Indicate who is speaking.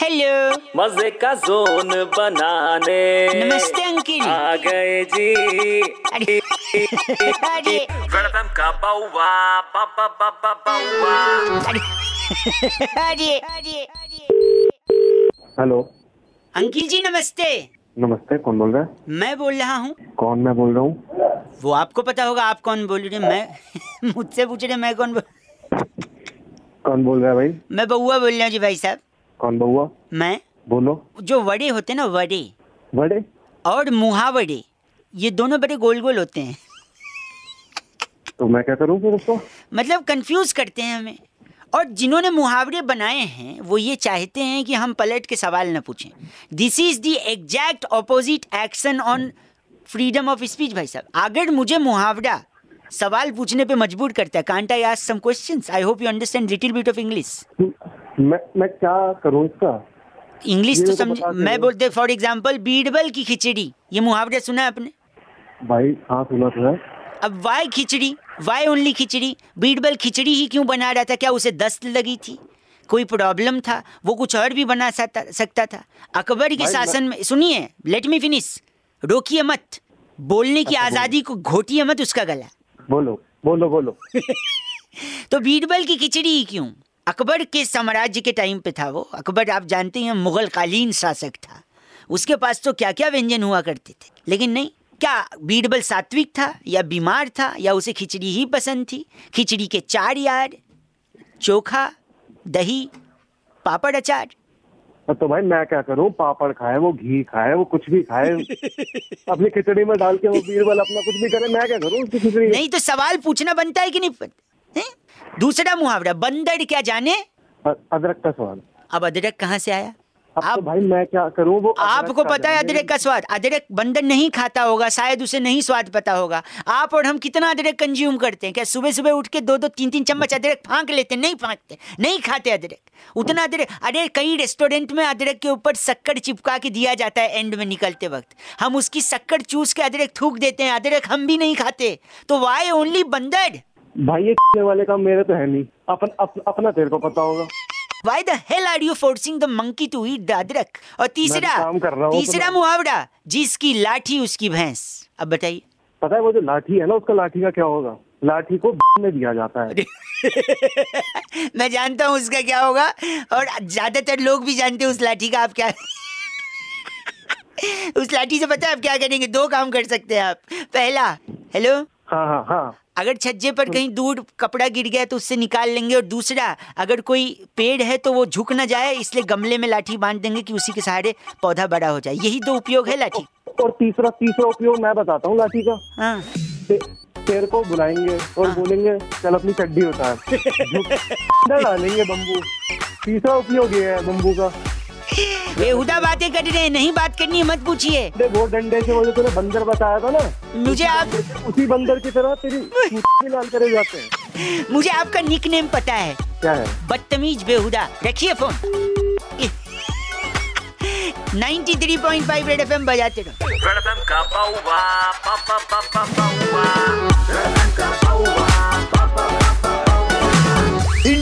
Speaker 1: Hello
Speaker 2: मजे का zone बनाने
Speaker 1: नमस्ते अंकिल
Speaker 2: आ गए जी
Speaker 1: अरे अरे
Speaker 2: वेलकम का बाउवा बाबा बाबा बाउवा
Speaker 1: अरे अरे
Speaker 3: हेलो
Speaker 1: अंकिल जी नमस्ते
Speaker 3: नमस्ते कौन बोल रहा है
Speaker 1: मैं बोल रहा हूँ
Speaker 3: कौन मैं बोल रहा हूँ
Speaker 1: वो आपको पता होगा आप कौन बोल रहे हैं, मैं मुझसे पूछ रहे हैं, मैं कौन बोल
Speaker 3: कौन बोल रहा है भाई
Speaker 1: मैं बउआ बोल रहा हूँ जी भाई साहब
Speaker 3: कौन बउआ
Speaker 1: मैं
Speaker 3: बोलो
Speaker 1: जो वड़े होते हैं ना वड़े
Speaker 3: बड़े
Speaker 1: और मुहावड़े ये दोनों बड़े गोल गोल होते हैं
Speaker 3: तो मैं क्या करूँ फिर उसको
Speaker 1: मतलब कंफ्यूज करते हैं हमें और जिन्होंने मुहावरे बनाए हैं वो ये चाहते हैं कि हम पलट के सवाल न पूछें this is the exact opposite action on freedom of speech भाई साहब अगर मुझे मुहावरा सवाल पूछने पे मजबूर करता है can't I ask some questions I hope you understand little bit of English
Speaker 3: मैं मैं क्या करूँ इसका
Speaker 1: इंग्लिश
Speaker 3: ये
Speaker 1: तो
Speaker 3: तो
Speaker 1: समझ
Speaker 3: बता दो।
Speaker 1: मैं बोलते फॉर एग्जाम्पल बीरबल की खिचड़ी ये मुहावरा सुना है आपने
Speaker 3: भाई हाँ सुना तो है
Speaker 1: अब why khichdi why only khichdi Birbal khichdi ही क्यों बना रहा था क्या उसे दस्त लगी थी कोई प्रॉब्लम था वो कुछ और भी बना सकता सकता था अकबर के
Speaker 3: भाई, मैं-
Speaker 1: शासन में सुनिए लेट मी फिनिश रोकिए मत बोलने
Speaker 3: अच्छा,
Speaker 1: की आज़ादी को घोटिए मत उसका गला
Speaker 3: बोलो बोलो बोलो
Speaker 1: तो बीरबल की खिचड़ी ही क्यों अकबर के साम्राज्य के टाइम पे था वो अकबर आप जानते हैं मुगल कालीन शासक था उसके पास तो क्या क्या व्यंजन हुआ करते थे लेकिन नहीं क्या बीरबल सात्विक था या बीमार था या उसे खिचड़ी ही पसंद थी खिचड़ी के चार यार चोखा दही पापड़ अचार
Speaker 3: तो भाई मैं क्या करूँ पापड़ खाए वो घी खाए वो कुछ भी खाए अपनी खिचड़ी में डाल के वो बीरबल अपना कुछ भी करे मैं क्या करूँ उसकी खिचड़ी
Speaker 1: नहीं तो सवाल पूछना बनता है कि नहीं हैं? दूसरा मुहावरा बंदर क्या जाने
Speaker 3: अ- अदरक का सवाल
Speaker 1: अब अदरक कहाँ से आया
Speaker 3: अब तो भाई मैं क्या करूँ वो अदरक
Speaker 1: आपको
Speaker 3: का
Speaker 1: पता है
Speaker 3: जाने।
Speaker 1: अदरक का स्वाद अदरक बंदर नहीं खाता होगा शायद उसे नहीं स्वाद पता होगा आप और हम कितना अदरक कंज्यूम करते हैं क्या सुबह सुबह उठ के दो दो तीन तीन चम्मच
Speaker 3: हम्म।
Speaker 1: अदरक फांक लेते हैं? नहीं फांकते नहीं खाते अदरक उतना अदरक अरे कई रेस्टोरेंट में अदरक के ऊपर शक्कर चिपका के दिया जाता है एंड में निकलते वक्त हम उसकी शक्कर चूस के अदरक थूक देते हैं अदरक हम भी नहीं खाते तो वाई ओनली बंदर
Speaker 3: भाई ये वाले काम मेरे तो है नहीं अपन अप, अपना तेरे को पता होगा
Speaker 1: Why the hell are you forcing the monkey to eat the अदरक और तीसरा
Speaker 3: काम कर रहा हूँ तो
Speaker 1: तीसरा
Speaker 3: मैं-
Speaker 1: मुहावरा जिसकी लाठी उसकी भैंस अब बताइए
Speaker 3: पता है वो जो लाठी है ना उसका लाठी का क्या होगा लाठी को में दिया जाता है
Speaker 1: मैं जानता हूँ उसका क्या होगा और ज्यादातर लोग भी जानते हैं उस लाठी का आप क्या उस लाठी से पता है आप क्या करेंगे दो काम कर सकते हैं आप पहला हेलो
Speaker 3: हाँ हाँ हाँ
Speaker 1: अगर छज्जे पर कहीं दूर कपड़ा गिर गया तो उससे निकाल लेंगे और दूसरा अगर कोई पेड़ है तो वो झुक ना जाए इसलिए गमले में लाठी बांध देंगे कि उसी के सहारे पौधा बड़ा हो जाए यही दो उपयोग है लाठी
Speaker 3: और तीसरा तीसरा उपयोग मैं बताता हूँ लाठी का
Speaker 1: हाँ
Speaker 3: ते, तेरे को बुलाएंगे और बोलेंगे चल अपनी चड्डी उतार झुक- डालेंगे बम्बू तीसरा उपयोग ये है बम्बू का
Speaker 1: बेहुदा बातें कर रहे हैं नहीं बात करनी है मत पूछिए
Speaker 3: दे वो डंडे से वो जो तूने बंदर बताया था ना
Speaker 1: मुझे आप
Speaker 3: उसी बंदर की तरह तेरी भी लाल करे जाते हैं
Speaker 1: मुझे आपका निक नेम पता है
Speaker 3: क्या है
Speaker 1: बदतमीज बेहुदा रखिए फोन 93.5 रेड एफएम बजाते रहो
Speaker 2: वेलकम का बाउवा बाबा बाबा बाउवा वेलकम का बाउवा